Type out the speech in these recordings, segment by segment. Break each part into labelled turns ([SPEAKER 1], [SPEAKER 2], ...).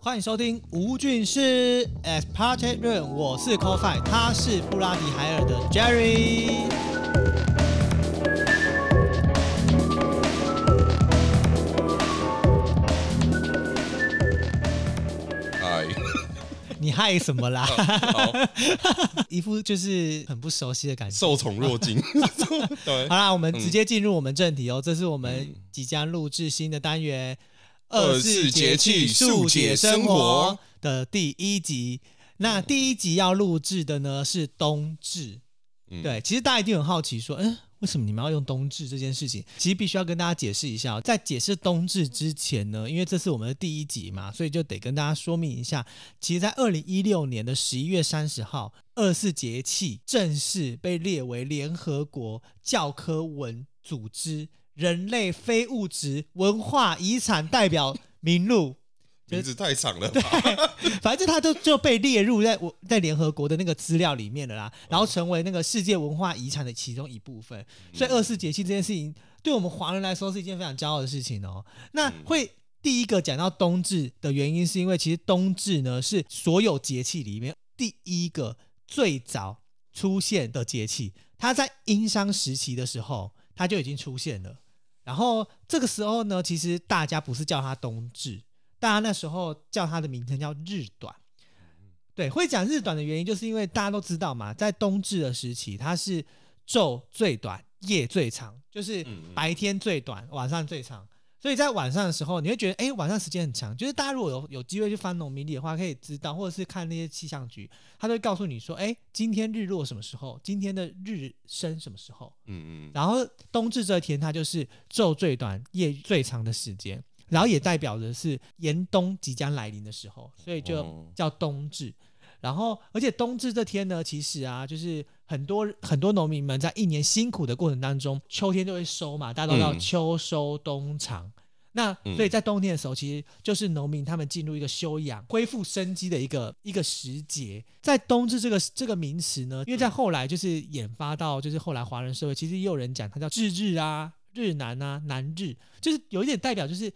[SPEAKER 1] 欢迎收听吴俊师 as Party Room，我是 CoFi，他是布拉迪海尔的 Jerry。
[SPEAKER 2] 嗨，
[SPEAKER 1] 你害什么啦？
[SPEAKER 2] 好，
[SPEAKER 1] 一副就是很不熟悉的感觉。
[SPEAKER 2] 受宠若 惊。对
[SPEAKER 1] 好，啦，我们直接进入我们正题哦，这是我们即将录制新的单元“
[SPEAKER 2] 嗯二四节气
[SPEAKER 1] 速
[SPEAKER 2] 速
[SPEAKER 1] 解
[SPEAKER 2] 解
[SPEAKER 1] 生
[SPEAKER 2] 生
[SPEAKER 1] 活
[SPEAKER 2] 活”
[SPEAKER 1] 的第一集。那第一集要录制的呢是冬至，
[SPEAKER 2] 嗯
[SPEAKER 1] 对，其实大家一定很好奇说，嗯。为什么你们要用冬至这件事情？其实必须要跟大家解释一下哦。在解释冬至之前呢，因为这是我们的第一集嘛，所以就得跟大家说明一下。其实，在二零一六年的十一月三十号，二十四节气正式被列为联合国教科文组织人类非物质文化遗产代表名录。
[SPEAKER 2] 名字太长了吧？
[SPEAKER 1] 反正它就就被列入在我在联合国的那个资料里面了啦，然后成为那个世界文化遗产的其中一部分。所以二十四节气这件事情，对我们华人来说是一件非常骄傲的事情哦。那会。第一个讲到冬至的原因，是因为其实冬至呢是所有节气里面第一个最早出现的节气，它在殷商时期的时候它就已经出现了。然后这个时候呢，其实大家不是叫它冬至，大家那时候叫它的名称叫日短。对，会讲日短的原因，就是因为大家都知道嘛，在冬至的时期，它是昼最短，夜最长，就是
[SPEAKER 2] 嗯嗯
[SPEAKER 1] 白天最短，晚上最长。所以在晚上的时候，你会觉得，哎，晚上时间很长。就是大家如果有有机会去翻农民历的话，可以知道，或者是看那些气象局，他都会告诉你说，哎，今天日落什么时候，今天的日升什么时候。
[SPEAKER 2] 嗯嗯
[SPEAKER 1] 然后冬至这天，它就是昼最短、夜最长的时间，然后也代表着是严冬即将来临的时候，所以就
[SPEAKER 2] 哦
[SPEAKER 1] 叫冬至。然后，而且冬至这天呢，其实啊，就是很多很多农民们在一年辛苦的过程当中，秋天就会收嘛，大家都知道
[SPEAKER 2] 嗯
[SPEAKER 1] 秋收冬藏。那所以在冬天的时候，其实就是农民他们进入一个休养、恢复生机的一个一个时节。在冬至这个这个名词呢，因为在后来就是演发到就是后来华人社会，其实也有人讲它叫日日啊、日南啊、南日，就是有一点代表就是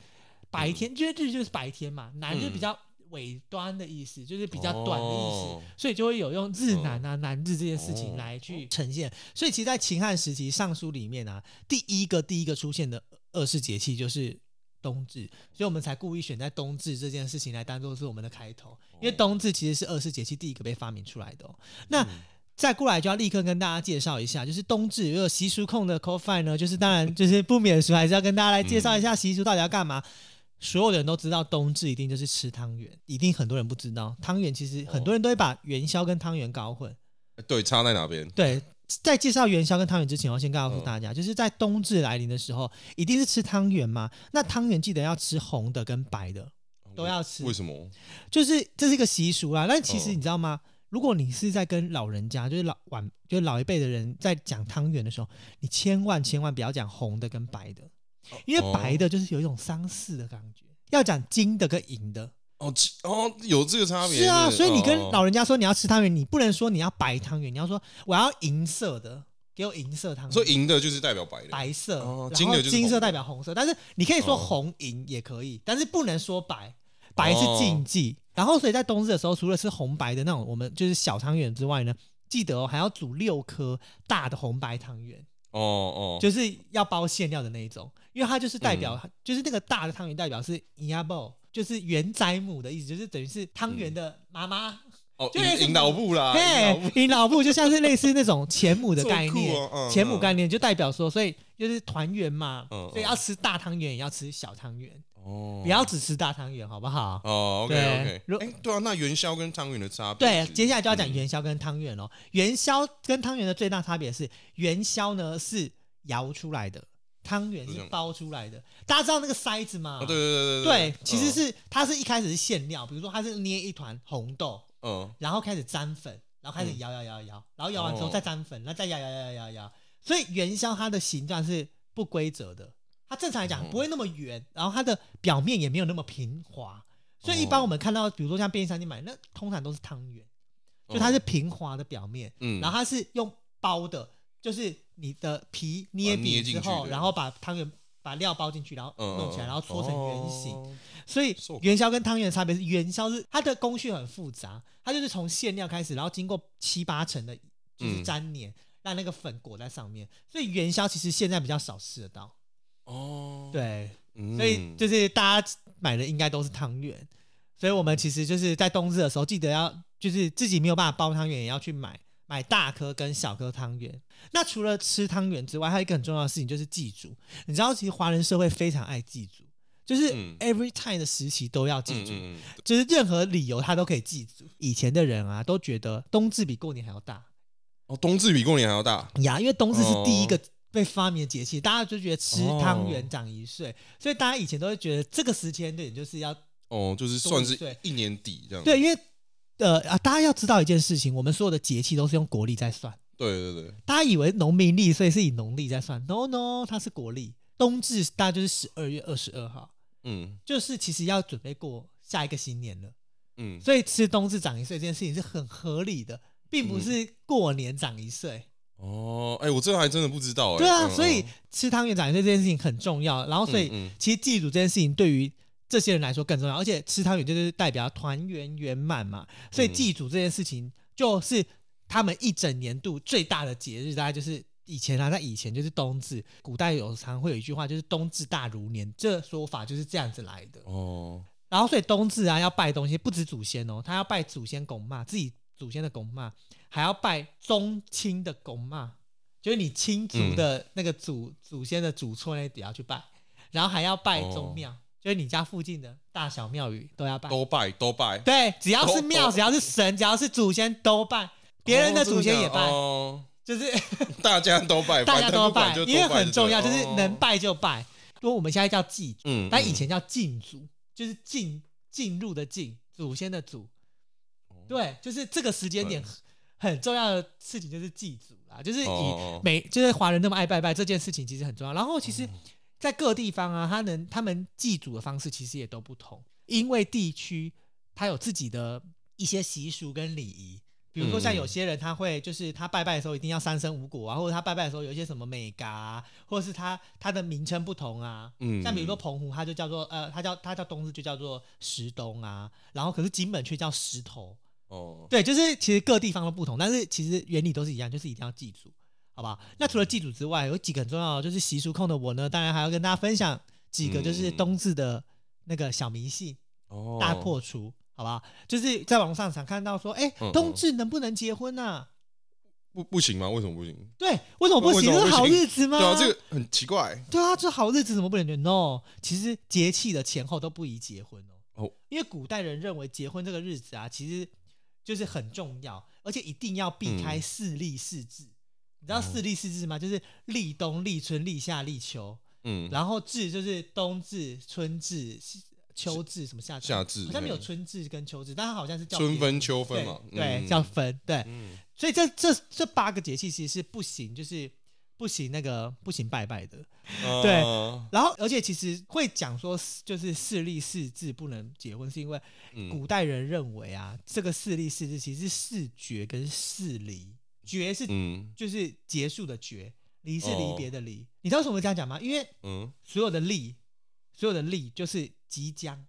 [SPEAKER 1] 白天，因为日就是白天嘛，南就比较尾端的意思，就是比较短的意思。
[SPEAKER 2] 哦
[SPEAKER 1] 所以就会有用日南啊、南日这件事情来去呈现。所以其实，在秦汉时期《尚书》里面啊，第一个第一个出现的二世节气就是冬至，所以我们才故意选在冬至这件事情来当做是我们的开头，因为冬至其实是二世节气第一个被发明出来的、哦。那
[SPEAKER 2] 嗯
[SPEAKER 1] 再过来就要立刻跟大家介绍一下，就是冬至有习俗控的 c o f i 呢，就是当然 就是不免俗，还是要跟大家来介绍一下习俗到底要干嘛。所有的人都知道冬至一定就是吃汤圆，一定很多人不知道汤圆，其实很多人都会把元宵跟汤圆搞混。
[SPEAKER 2] 嗯，对，差在哪边？
[SPEAKER 1] 对，在介绍元宵跟汤圆之前，我先告诉大家，就是在冬至来临的时候，一定是吃汤圆嘛。那汤圆记得要吃红的跟白的，都要吃
[SPEAKER 2] 为什么？
[SPEAKER 1] 就是这是一个习俗啦。但其实
[SPEAKER 2] 哦
[SPEAKER 1] 你知道吗？如果你是在跟老人家，就是老晚，就是老一辈的人在讲汤圆的时候，你千万千万不要讲红的跟白的，因
[SPEAKER 2] 哦
[SPEAKER 1] 为白的就是有一种丧事的感觉。要讲金的跟银的，
[SPEAKER 2] 哦其哦，有这个差别
[SPEAKER 1] 是啊，所以你跟
[SPEAKER 2] 哦
[SPEAKER 1] 老人家说你要吃汤圆，你不能说你要白汤圆，你要说我要银色的，给我银色汤圆。
[SPEAKER 2] 所以赢的就是代表白的，
[SPEAKER 1] 白色，
[SPEAKER 2] 哦
[SPEAKER 1] 然
[SPEAKER 2] 金
[SPEAKER 1] 后
[SPEAKER 2] 的就是
[SPEAKER 1] 金色
[SPEAKER 2] 红的
[SPEAKER 1] 代表红色，但是你可以说
[SPEAKER 2] 哦
[SPEAKER 1] 红银也可以，但是不能说白，白是禁忌。然后所以在冬至的时候，除了吃红白的那种我们就是小汤圆之外呢，记得哦还要煮六颗大的红白汤圆，
[SPEAKER 2] 哦哦，嗯
[SPEAKER 1] 就是要包馅料的那一种，因为它就是代表、就是那个大的汤圆代表是 i a b o 就是元宰母的意思，就是等于是汤
[SPEAKER 2] 嗯
[SPEAKER 1] 圆的妈妈。
[SPEAKER 2] 哦
[SPEAKER 1] 就是
[SPEAKER 2] 引引导部啦，引导
[SPEAKER 1] 嘿
[SPEAKER 2] 部，
[SPEAKER 1] 你老部就像是类似那种前母的 概
[SPEAKER 2] 这么
[SPEAKER 1] 念
[SPEAKER 2] 酷哦，嗯
[SPEAKER 1] 前母概念就代表说，所以就是团圆嘛，
[SPEAKER 2] 嗯
[SPEAKER 1] 所以要吃大汤圆也要吃小汤圆，
[SPEAKER 2] 哦
[SPEAKER 1] 不要只吃大汤圆，好不好？
[SPEAKER 2] 哦，OK
[SPEAKER 1] 对
[SPEAKER 2] OK，哎，对啊，那元宵跟汤圆的差别
[SPEAKER 1] 对
[SPEAKER 2] 是，嗯
[SPEAKER 1] 接下来就要讲元宵跟汤圆喽。元宵跟汤圆的最大差别是，元宵呢是摇出来的，汤圆
[SPEAKER 2] 就是这样
[SPEAKER 1] 包出来的。大家知道那个筛子吗
[SPEAKER 2] 哦，？对对
[SPEAKER 1] 对
[SPEAKER 2] 对对，
[SPEAKER 1] 其实是它是一开始是馅料，比如说它是捏一团红豆，
[SPEAKER 2] 嗯
[SPEAKER 1] 然后开始沾粉，然后开始
[SPEAKER 2] 嗯
[SPEAKER 1] 摇摇摇摇，然后摇完之后
[SPEAKER 2] 哦
[SPEAKER 1] 再沾粉，然后再摇摇摇摇摇摇。所以元宵它的形状是不规则的，它正常来讲
[SPEAKER 2] 哦
[SPEAKER 1] 不会那么圆，然后它的表面也没有那么平滑。所以一般
[SPEAKER 2] 哦
[SPEAKER 1] 我们看到，比如说像便利商店买，那通常都是汤圆，
[SPEAKER 2] 哦
[SPEAKER 1] 就它是平滑的表面，
[SPEAKER 2] 嗯，
[SPEAKER 1] 然后它是用包的，就是你的皮捏
[SPEAKER 2] 把它捏
[SPEAKER 1] 饼之
[SPEAKER 2] 进去
[SPEAKER 1] 后，
[SPEAKER 2] 的
[SPEAKER 1] 然后把汤圆把料包进去，然后
[SPEAKER 2] 嗯，
[SPEAKER 1] 弄起来，然后搓成圆形。
[SPEAKER 2] 哦
[SPEAKER 1] 所以
[SPEAKER 2] 瘦
[SPEAKER 1] 元宵跟汤圆的差别是，元宵是它的工序很复杂，它就是从馅料开始，然后经过七八成的就是
[SPEAKER 2] 嗯
[SPEAKER 1] 粘黏，让那个粉裹在上面。所以元宵其实现在比较少吃得到，
[SPEAKER 2] 哦，
[SPEAKER 1] 对，
[SPEAKER 2] 嗯，
[SPEAKER 1] 所以就是大家买的应该都是汤圆。所以我们其实就是在冬至的时候，记得要就是自己没有办法包汤圆，也要去买买大颗跟小颗汤圆。那除了吃汤圆之外，还有一个很重要的事情就是祭祖。你知道，其实华人社会非常爱祭祖，就是
[SPEAKER 2] 嗯
[SPEAKER 1] every time 的时期都要祭
[SPEAKER 2] 嗯
[SPEAKER 1] 祖。
[SPEAKER 2] 嗯嗯，
[SPEAKER 1] 就是任何理由他都可以记住。以前的人啊，都觉得冬至比过年还要大
[SPEAKER 2] 哦，冬至比过年还要大，
[SPEAKER 1] 呀，因为冬至是第一个被发明的节气，大家就觉得吃汤圆长一岁，所以大家以前都会觉得这个时间点就是要
[SPEAKER 2] 哦，就是算是
[SPEAKER 1] 冬至
[SPEAKER 2] 一年底这样，
[SPEAKER 1] 对，因为呃啊，大家要知道一件事情，我们所有的节气都是用国历在算，
[SPEAKER 2] 对对对，
[SPEAKER 1] 大家以为农民历，所以是以农历在算，no no，它是国历。冬至大概就是十二月二十二号，
[SPEAKER 2] 嗯
[SPEAKER 1] 就是其实要准备过下一个新年了。
[SPEAKER 2] 嗯，
[SPEAKER 1] 所以吃冬至长一岁这件事情是很合理的，并不是过年长一岁。
[SPEAKER 2] 哦，哎，我这还真的不知道，哎，
[SPEAKER 1] 对啊，
[SPEAKER 2] 嗯
[SPEAKER 1] 所以吃汤圆长一岁这件事情很重要。然后，所以
[SPEAKER 2] 嗯嗯
[SPEAKER 1] 其实祭祖这件事情对于这些人来说更重要，而且吃汤圆就是代表团圆圆满嘛，所以
[SPEAKER 2] 嗯
[SPEAKER 1] 祭祖这件事情就是他们一整年度最大的节日，大概就是。以前啊，在以前就是冬至，古代有常会有一句话，就是“冬至大如年”，这说法就是这样子来的。
[SPEAKER 2] 哦，
[SPEAKER 1] 然后所以冬至啊要拜东西，不止祖先哦，他要拜祖先公妈，自己祖先的公妈，还要拜宗亲的公妈，就是你亲族
[SPEAKER 2] 嗯
[SPEAKER 1] 的那个祖、祖先的祖厝那里也要去拜，然后还要拜宗庙，就是你家附近的大小庙宇都要拜。
[SPEAKER 2] 哦都拜都拜，
[SPEAKER 1] 对，只要是庙，
[SPEAKER 2] 都
[SPEAKER 1] 只要是神，只要是祖先都拜，别人的
[SPEAKER 2] 哦真
[SPEAKER 1] 祖先也
[SPEAKER 2] 假的
[SPEAKER 1] 拜，
[SPEAKER 2] 哦
[SPEAKER 1] 就是
[SPEAKER 2] 大家都拜，
[SPEAKER 1] 大
[SPEAKER 2] 反
[SPEAKER 1] 家
[SPEAKER 2] 正
[SPEAKER 1] 都
[SPEAKER 2] 不管
[SPEAKER 1] 拜，
[SPEAKER 2] 就
[SPEAKER 1] 因为
[SPEAKER 2] 都拜
[SPEAKER 1] 很重要，就
[SPEAKER 2] 对
[SPEAKER 1] 是
[SPEAKER 2] 了
[SPEAKER 1] 能，拜就拜。如果我们现在叫祭祖
[SPEAKER 2] 哦嗯，
[SPEAKER 1] 但以前叫进祖，就是进进入的进，祖先的祖。
[SPEAKER 2] 哦
[SPEAKER 1] 对，就是这个时间点很重要的事情就是祭祖啦，就是以
[SPEAKER 2] 哦嗯
[SPEAKER 1] 每就是华人那么爱拜拜这件事情其实很重要。然后其实，在各地方啊，他能他们祭祖的方式其实也都不同，因为地区它有自己的一些习俗跟礼仪。比
[SPEAKER 2] 嗯
[SPEAKER 1] 如说，像有些人他会就是他拜拜的时候一定要三生五果啊，或者他拜拜的时候有一些什么美嘎、啊，或者是他他的名称不同啊，
[SPEAKER 2] 嗯
[SPEAKER 1] 像比如说澎湖，它就叫做呃，它叫它叫冬至就叫做石冬啊，然后可是金门却叫石头，
[SPEAKER 2] 哦，
[SPEAKER 1] 对，就是其实各地方都不同，但是其实原理都是一样，就是一定要记住，好不好？那除了记住之外，有几个很重要的，就是习俗控的我呢，当然还要跟大家分享几个就是
[SPEAKER 2] 嗯
[SPEAKER 1] 冬至的那个小迷信、
[SPEAKER 2] 哦
[SPEAKER 1] 大破除，好不好？就是在网络上常看到说，哎、
[SPEAKER 2] 嗯
[SPEAKER 1] 冬
[SPEAKER 2] 嗯
[SPEAKER 1] 至能不能结婚啊？
[SPEAKER 2] 不不行吗？为什么不行？
[SPEAKER 1] 对，为什么不
[SPEAKER 2] 为什
[SPEAKER 1] 行？
[SPEAKER 2] 么
[SPEAKER 1] 这是
[SPEAKER 2] 不
[SPEAKER 1] 好
[SPEAKER 2] 行
[SPEAKER 1] 日子吗？
[SPEAKER 2] 对啊，这个很奇怪
[SPEAKER 1] 对啊，这好日子怎么不能结 no？其实节气的前后都不宜结婚哦。
[SPEAKER 2] 哦
[SPEAKER 1] 因为古代人认为结婚这个日子啊，其实就是很重要，而且一定要避开
[SPEAKER 2] 嗯
[SPEAKER 1] 四立四至。你知道
[SPEAKER 2] 哦
[SPEAKER 1] 四立四至吗？就是立冬、立春、立夏、立秋，
[SPEAKER 2] 嗯，
[SPEAKER 1] 然后至就是冬至、春至、西秋至什么夏至。
[SPEAKER 2] 夏至
[SPEAKER 1] 好像没有
[SPEAKER 2] 嗯
[SPEAKER 1] 春至跟秋至，但它好像是叫
[SPEAKER 2] 春
[SPEAKER 1] 别
[SPEAKER 2] 分秋分
[SPEAKER 1] 对
[SPEAKER 2] 嘛，
[SPEAKER 1] 对，
[SPEAKER 2] 嗯
[SPEAKER 1] 叫分对。
[SPEAKER 2] 嗯
[SPEAKER 1] 所以这这这八个节气其实是不行，就是不行那个不行拜拜的。 对
[SPEAKER 2] 啊
[SPEAKER 1] 然后，而且其实会讲说，就是势力四字不能结婚，是因为
[SPEAKER 2] 嗯
[SPEAKER 1] 古代人认为啊，这个势力四字其实是视觉跟视离，绝是
[SPEAKER 2] 嗯
[SPEAKER 1] 就是结束的绝，离是离
[SPEAKER 2] 哦
[SPEAKER 1] 别的离。你知道为什么会这样讲吗？因为
[SPEAKER 2] 嗯，
[SPEAKER 1] 所有的立，所有的立就是即将，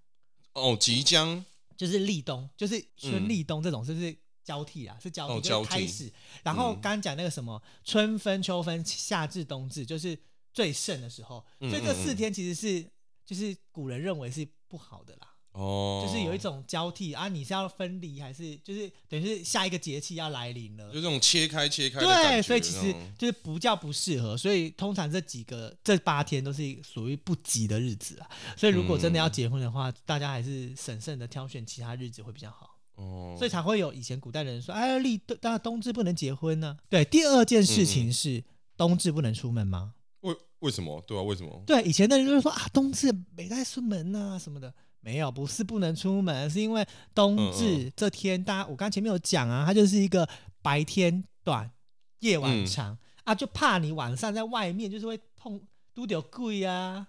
[SPEAKER 2] 哦，即将
[SPEAKER 1] 就是立冬，就是春
[SPEAKER 2] 嗯
[SPEAKER 1] 立冬这种，就是交替啊，是交替，
[SPEAKER 2] 哦
[SPEAKER 1] 就
[SPEAKER 2] 交
[SPEAKER 1] 是
[SPEAKER 2] 替
[SPEAKER 1] 开始。然后
[SPEAKER 2] 嗯
[SPEAKER 1] 刚刚讲那个什么春分、秋分、夏至、冬至，就是最盛的时候，
[SPEAKER 2] 嗯
[SPEAKER 1] 所以这
[SPEAKER 2] 嗯嗯
[SPEAKER 1] 四天其实是就是古人认为是不好的啦，
[SPEAKER 2] 哦，
[SPEAKER 1] 就是有一种交替啊，你是要分离还是就是等于是下一个节气要来临了
[SPEAKER 2] 就。这种切开切开的感
[SPEAKER 1] 对，
[SPEAKER 2] 觉哦
[SPEAKER 1] 所以其
[SPEAKER 2] 那
[SPEAKER 1] 实
[SPEAKER 2] 种
[SPEAKER 1] 就是不叫不适合，所以通常这几个这八天都是属于不吉的日子啊。所以如果真的要
[SPEAKER 2] 嗯
[SPEAKER 1] 结婚的话，大家还是审慎的挑选其他日子会比较好。
[SPEAKER 2] 哦，
[SPEAKER 1] 所以才会有以前古代人说，哎，立冬，当然冬至不能结婚呢、对，第二件事情是、冬至不能出门吗？
[SPEAKER 2] 为为什么对啊？为什么？
[SPEAKER 1] 对，以前的人就是说啊，冬至没在出门呐、什么的。没有，不是不能出门，是因为冬
[SPEAKER 2] 嗯
[SPEAKER 1] 至这天，大家我刚前面有讲啊，它就是一个白天短，夜晚
[SPEAKER 2] 嗯啊
[SPEAKER 1] 长、啊，就怕你晚上在外面就是会碰都得贵啊，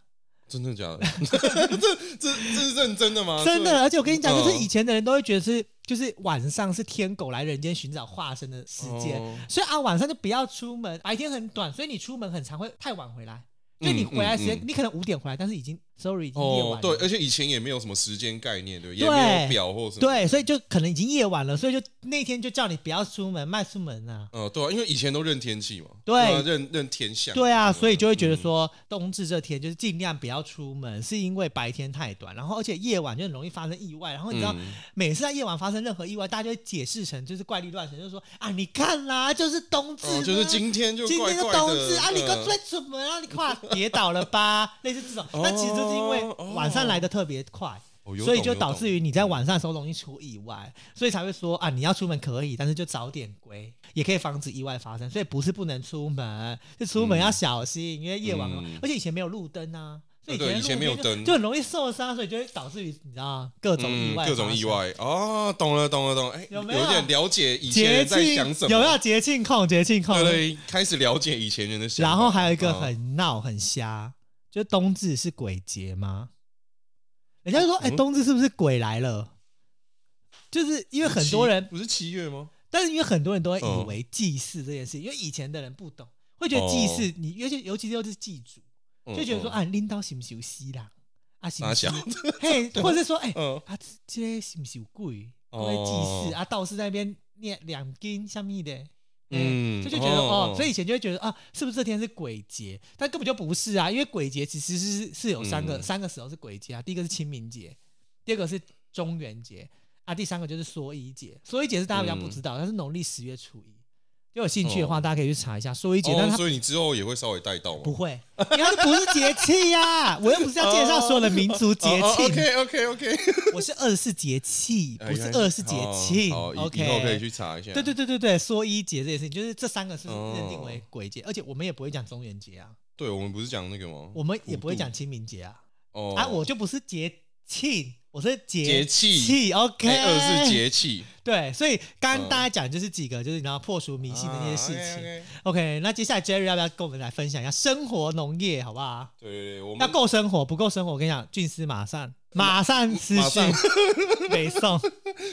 [SPEAKER 2] 真的假 的？这这这是认真的吗？
[SPEAKER 1] 真的。而且我跟你讲，就是
[SPEAKER 2] 嗯
[SPEAKER 1] 以前的人都会觉得是，就是晚上是天狗来人间寻找化身的时
[SPEAKER 2] 这
[SPEAKER 1] 间，
[SPEAKER 2] 哦
[SPEAKER 1] 所以啊，晚上就不要出门，白天很短，所以你出门很常会太晚回来，因为你回来时间
[SPEAKER 2] 嗯，嗯
[SPEAKER 1] 你可能五点回来，但是已经 sorry 已经夜晚
[SPEAKER 2] 哦
[SPEAKER 1] 了，，
[SPEAKER 2] 对，而且以前也没有什么时间概念，对，也
[SPEAKER 1] 对
[SPEAKER 2] 没有表或什么，，
[SPEAKER 1] 对，所以就可能已经夜晚了，所以就那天就叫你不要出门，迈出门啊。
[SPEAKER 2] 嗯，对啊，因为以前都认天气嘛，
[SPEAKER 1] 对
[SPEAKER 2] 啊嗯认认天象，
[SPEAKER 1] 对啊，所以就会觉得说，冬至这天就是尽量不要出门，是因为白天太短，然后而且夜晚就很容易发生意外。然后你知道，
[SPEAKER 2] 嗯
[SPEAKER 1] 每次在夜晚发生任何意外，大家就会解释成就是怪力乱神，就是说啊，你看啦，就是冬至嘛、
[SPEAKER 2] 哦，就是今天就
[SPEAKER 1] 今
[SPEAKER 2] 怪
[SPEAKER 1] 天就
[SPEAKER 2] 怪
[SPEAKER 1] 冬
[SPEAKER 2] 的
[SPEAKER 1] 至啊，你
[SPEAKER 2] 嗯
[SPEAKER 1] 快出门啊，你 快跌倒了吧，类似这种。那其实就是因为晚上来的特别快。
[SPEAKER 2] 哦有
[SPEAKER 1] 所以
[SPEAKER 2] 懂
[SPEAKER 1] 就
[SPEAKER 2] 有
[SPEAKER 1] 导
[SPEAKER 2] 懂
[SPEAKER 1] 致于你在晚上的时候容易出意外，所以才会说啊，你要出门可以，但是就早点归，也可以防止意外发生。所以不是不能出门，是出门要小心，因为夜晚嘛、
[SPEAKER 2] 嗯
[SPEAKER 1] 而且以前没有路灯啊，所以
[SPEAKER 2] 对以前
[SPEAKER 1] 路
[SPEAKER 2] 没有
[SPEAKER 1] 边就
[SPEAKER 2] 灯
[SPEAKER 1] 就很容易受伤，所以就会导致于你知道各种意
[SPEAKER 2] 嗯
[SPEAKER 1] 外、
[SPEAKER 2] 各种意。外哦，懂了懂了懂了，哎，
[SPEAKER 1] 有没
[SPEAKER 2] 有
[SPEAKER 1] 有
[SPEAKER 2] 点了解以前
[SPEAKER 1] 节
[SPEAKER 2] 人在
[SPEAKER 1] 庆
[SPEAKER 2] 想什么，
[SPEAKER 1] 有没有节庆控？节庆控。
[SPEAKER 2] 对对，开始了解以前人的想法。
[SPEAKER 1] 然后还有一个
[SPEAKER 2] 嗯
[SPEAKER 1] 很闹很瞎，就冬至是鬼节吗？人家就说，哎、
[SPEAKER 2] 嗯
[SPEAKER 1] 冬至是不是鬼来了？就是因为很多人，
[SPEAKER 2] 不是七月吗？
[SPEAKER 1] 但是因为很多人都会
[SPEAKER 2] 嗯
[SPEAKER 1] 以为祭祀这件事，因为以前的人不懂，会觉得祭祀，你尤其尤其又是祭祖，就觉得说，
[SPEAKER 2] 哦嗯，
[SPEAKER 1] 啊，拎刀行不行西啦？啊，行不
[SPEAKER 2] 傻小
[SPEAKER 1] 行？ 嘿，或者是说，哎、
[SPEAKER 2] 嗯，
[SPEAKER 1] 啊，这这个是不是有鬼？
[SPEAKER 2] 哦
[SPEAKER 1] 会祭祀啊，道士在那边念两经下面的，
[SPEAKER 2] 嗯
[SPEAKER 1] 嗯，所以就觉得
[SPEAKER 2] 哦
[SPEAKER 1] 哦，所以以前就会觉得啊，是不是这天是鬼节？但根本就不是啊，因为鬼节其实是是有三个
[SPEAKER 2] 嗯
[SPEAKER 1] 三个时候是鬼节啊，第一个是清明节，第二个是中元节啊，第三个就是蓑衣节。蓑衣节是大家比较不知道，它是农历十月初一。就有兴趣的话，大家可以去查一下蓑衣节，但
[SPEAKER 2] 哦，
[SPEAKER 1] 它
[SPEAKER 2] 所以你之后也会稍微带到吗？
[SPEAKER 1] 不会，因为它不是节气呀。我又不是要介绍所有的民族节
[SPEAKER 2] 哦
[SPEAKER 1] 庆，
[SPEAKER 2] OK OK OK，
[SPEAKER 1] 我是二十四节气，不是二十四节庆。
[SPEAKER 2] 哎好，以以
[SPEAKER 1] OK，
[SPEAKER 2] 后可以去查一下。
[SPEAKER 1] 对对对对对，蓑衣节这件事情，就是这三个是
[SPEAKER 2] 哦
[SPEAKER 1] 认定为鬼节，而且我们也不会讲中元节啊，
[SPEAKER 2] 对，我们不是讲那个吗？
[SPEAKER 1] 我们也不会讲清明节啊，
[SPEAKER 2] 哦
[SPEAKER 1] 啊，我就不是节庆，我是节
[SPEAKER 2] 节气
[SPEAKER 1] 气，OK，
[SPEAKER 2] 哎二是节气，
[SPEAKER 1] 对，所以刚
[SPEAKER 2] 嗯
[SPEAKER 1] 刚大家讲就是几个，就是你知道破除迷信的那些事
[SPEAKER 2] 啊
[SPEAKER 1] 情。
[SPEAKER 2] ，OK，OK
[SPEAKER 1] OK，那接下来 Jerry 要不要跟我们来分享一下生活农业，好不好？
[SPEAKER 2] 对对对，我
[SPEAKER 1] 要
[SPEAKER 2] 们
[SPEAKER 1] 够生活，不够生活，我跟你讲，俊师马上马上私
[SPEAKER 2] 马
[SPEAKER 1] 讯
[SPEAKER 2] 上
[SPEAKER 1] 北宋，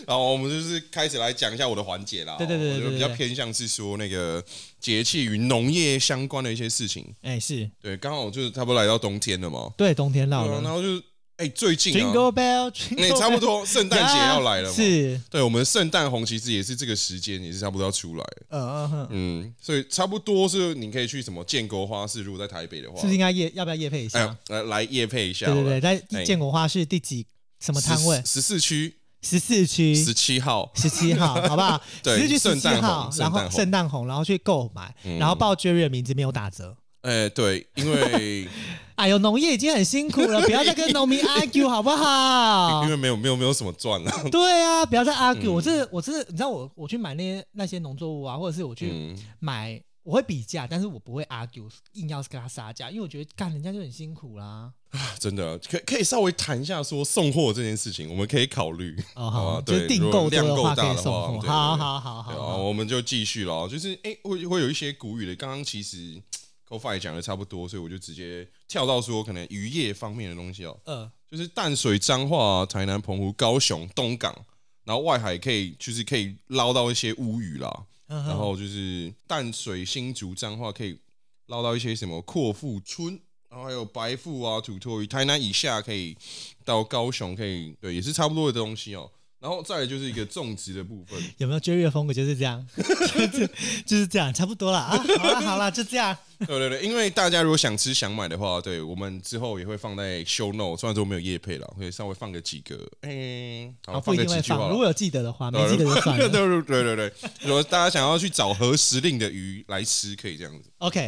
[SPEAKER 2] 然后我们就是开始来讲一下我的环节啦。
[SPEAKER 1] 对对对对
[SPEAKER 2] 我就比
[SPEAKER 1] 对
[SPEAKER 2] 较
[SPEAKER 1] 对
[SPEAKER 2] 偏向是说那个节气与农业相关的一些事情。
[SPEAKER 1] 哎，是
[SPEAKER 2] 对，刚好就是差不多来到冬天了嘛。
[SPEAKER 1] 对，冬天到
[SPEAKER 2] 对啊，然
[SPEAKER 1] 了
[SPEAKER 2] 后就是哎，最近啊，
[SPEAKER 1] ，Jingle Bell，
[SPEAKER 2] 那、差不多圣诞节要来了嘛。
[SPEAKER 1] 是，
[SPEAKER 2] 对，我们圣诞红其实也是这个时间，也是差不多要出来了。
[SPEAKER 1] 嗯嗯哼。
[SPEAKER 2] 嗯，所以差不多是你可以去什么建国花市，如果在台北的话，
[SPEAKER 1] 是不是应该夜要不要夜配一
[SPEAKER 2] 哎
[SPEAKER 1] 下
[SPEAKER 2] 呦？来来夜配一下
[SPEAKER 1] 对
[SPEAKER 2] 好了？
[SPEAKER 1] 对对，在
[SPEAKER 2] 哎
[SPEAKER 1] 建国花市第几什么摊位？
[SPEAKER 2] 十四区
[SPEAKER 1] 十四区
[SPEAKER 2] 十七号。
[SPEAKER 1] 十七号， 好不好？
[SPEAKER 2] 对
[SPEAKER 1] 十四区十
[SPEAKER 2] 圣
[SPEAKER 1] 七
[SPEAKER 2] 诞红
[SPEAKER 1] 号，
[SPEAKER 2] 圣
[SPEAKER 1] 然
[SPEAKER 2] 诞
[SPEAKER 1] 后
[SPEAKER 2] 红嗯
[SPEAKER 1] 圣诞红，然后去购买，然后报 Jerry 的名字没有打折。
[SPEAKER 2] 哎、对，因为
[SPEAKER 1] 哎呦，农业已经很辛苦 了，不要再跟农民 argue 好不好
[SPEAKER 2] 因？为没有没有没有什么赚了、啊。
[SPEAKER 1] 对啊，不要再
[SPEAKER 2] 嗯
[SPEAKER 1] argue。我这我这，你知道我我去买那些那些农作物啊，或者是我去
[SPEAKER 2] 嗯，
[SPEAKER 1] 买，我会比价，但是我不会 argue，硬要跟他杀价，因为我觉得干人家就很辛苦啦。
[SPEAKER 2] 真的啊可可以稍微谈一下说送货这件事情，我们可以考虑。
[SPEAKER 1] 哦，
[SPEAKER 2] 好
[SPEAKER 1] 好，
[SPEAKER 2] 啊
[SPEAKER 1] 就是
[SPEAKER 2] 对
[SPEAKER 1] 订
[SPEAKER 2] 如
[SPEAKER 1] 购多
[SPEAKER 2] 果量
[SPEAKER 1] 的
[SPEAKER 2] 够
[SPEAKER 1] 话
[SPEAKER 2] 大
[SPEAKER 1] 可以
[SPEAKER 2] 的
[SPEAKER 1] 送
[SPEAKER 2] 话
[SPEAKER 1] 货。
[SPEAKER 2] 对
[SPEAKER 1] 好
[SPEAKER 2] 对
[SPEAKER 1] 好好好
[SPEAKER 2] 对啊，
[SPEAKER 1] 好，
[SPEAKER 2] 我们就继续了，就是哎、会会有一些古语的。刚刚其实 Kofi 也讲的差不多，所以我就直接跳到说可能渔业方面的东西哦、
[SPEAKER 1] 呃，
[SPEAKER 2] 就是淡水、彰化、台南、澎湖、高雄、东港，然后外海可以就是可以捞到一些乌鱼啦，
[SPEAKER 1] 然
[SPEAKER 2] 然后就是淡水、新竹、彰化可以捞到一些什么阔腹春，然后还有白腹啊、土托鱼，台南以下可以到高雄可以，对，也是差不多的东西哦、然后再来就是一个种植的部分，
[SPEAKER 1] 有没有 Jerry 的风格就是这样， 就是就是这样，差不多了啊，好了好了，就这样。
[SPEAKER 2] 对对对，因为大家如果想吃想买的话，对我们之后也会放在 show note，虽然说没有叶配了，可以稍微放个几个，嗯，
[SPEAKER 1] 好，
[SPEAKER 2] 好，
[SPEAKER 1] 啊不一
[SPEAKER 2] 个
[SPEAKER 1] 定会
[SPEAKER 2] 几句话
[SPEAKER 1] 放，
[SPEAKER 2] 啦
[SPEAKER 1] 如果有记得的话，没
[SPEAKER 2] 对
[SPEAKER 1] 记得就算了。
[SPEAKER 2] 对对对对对，如果大家想要去找合时令的鱼来吃，可以这样子。
[SPEAKER 1] OK，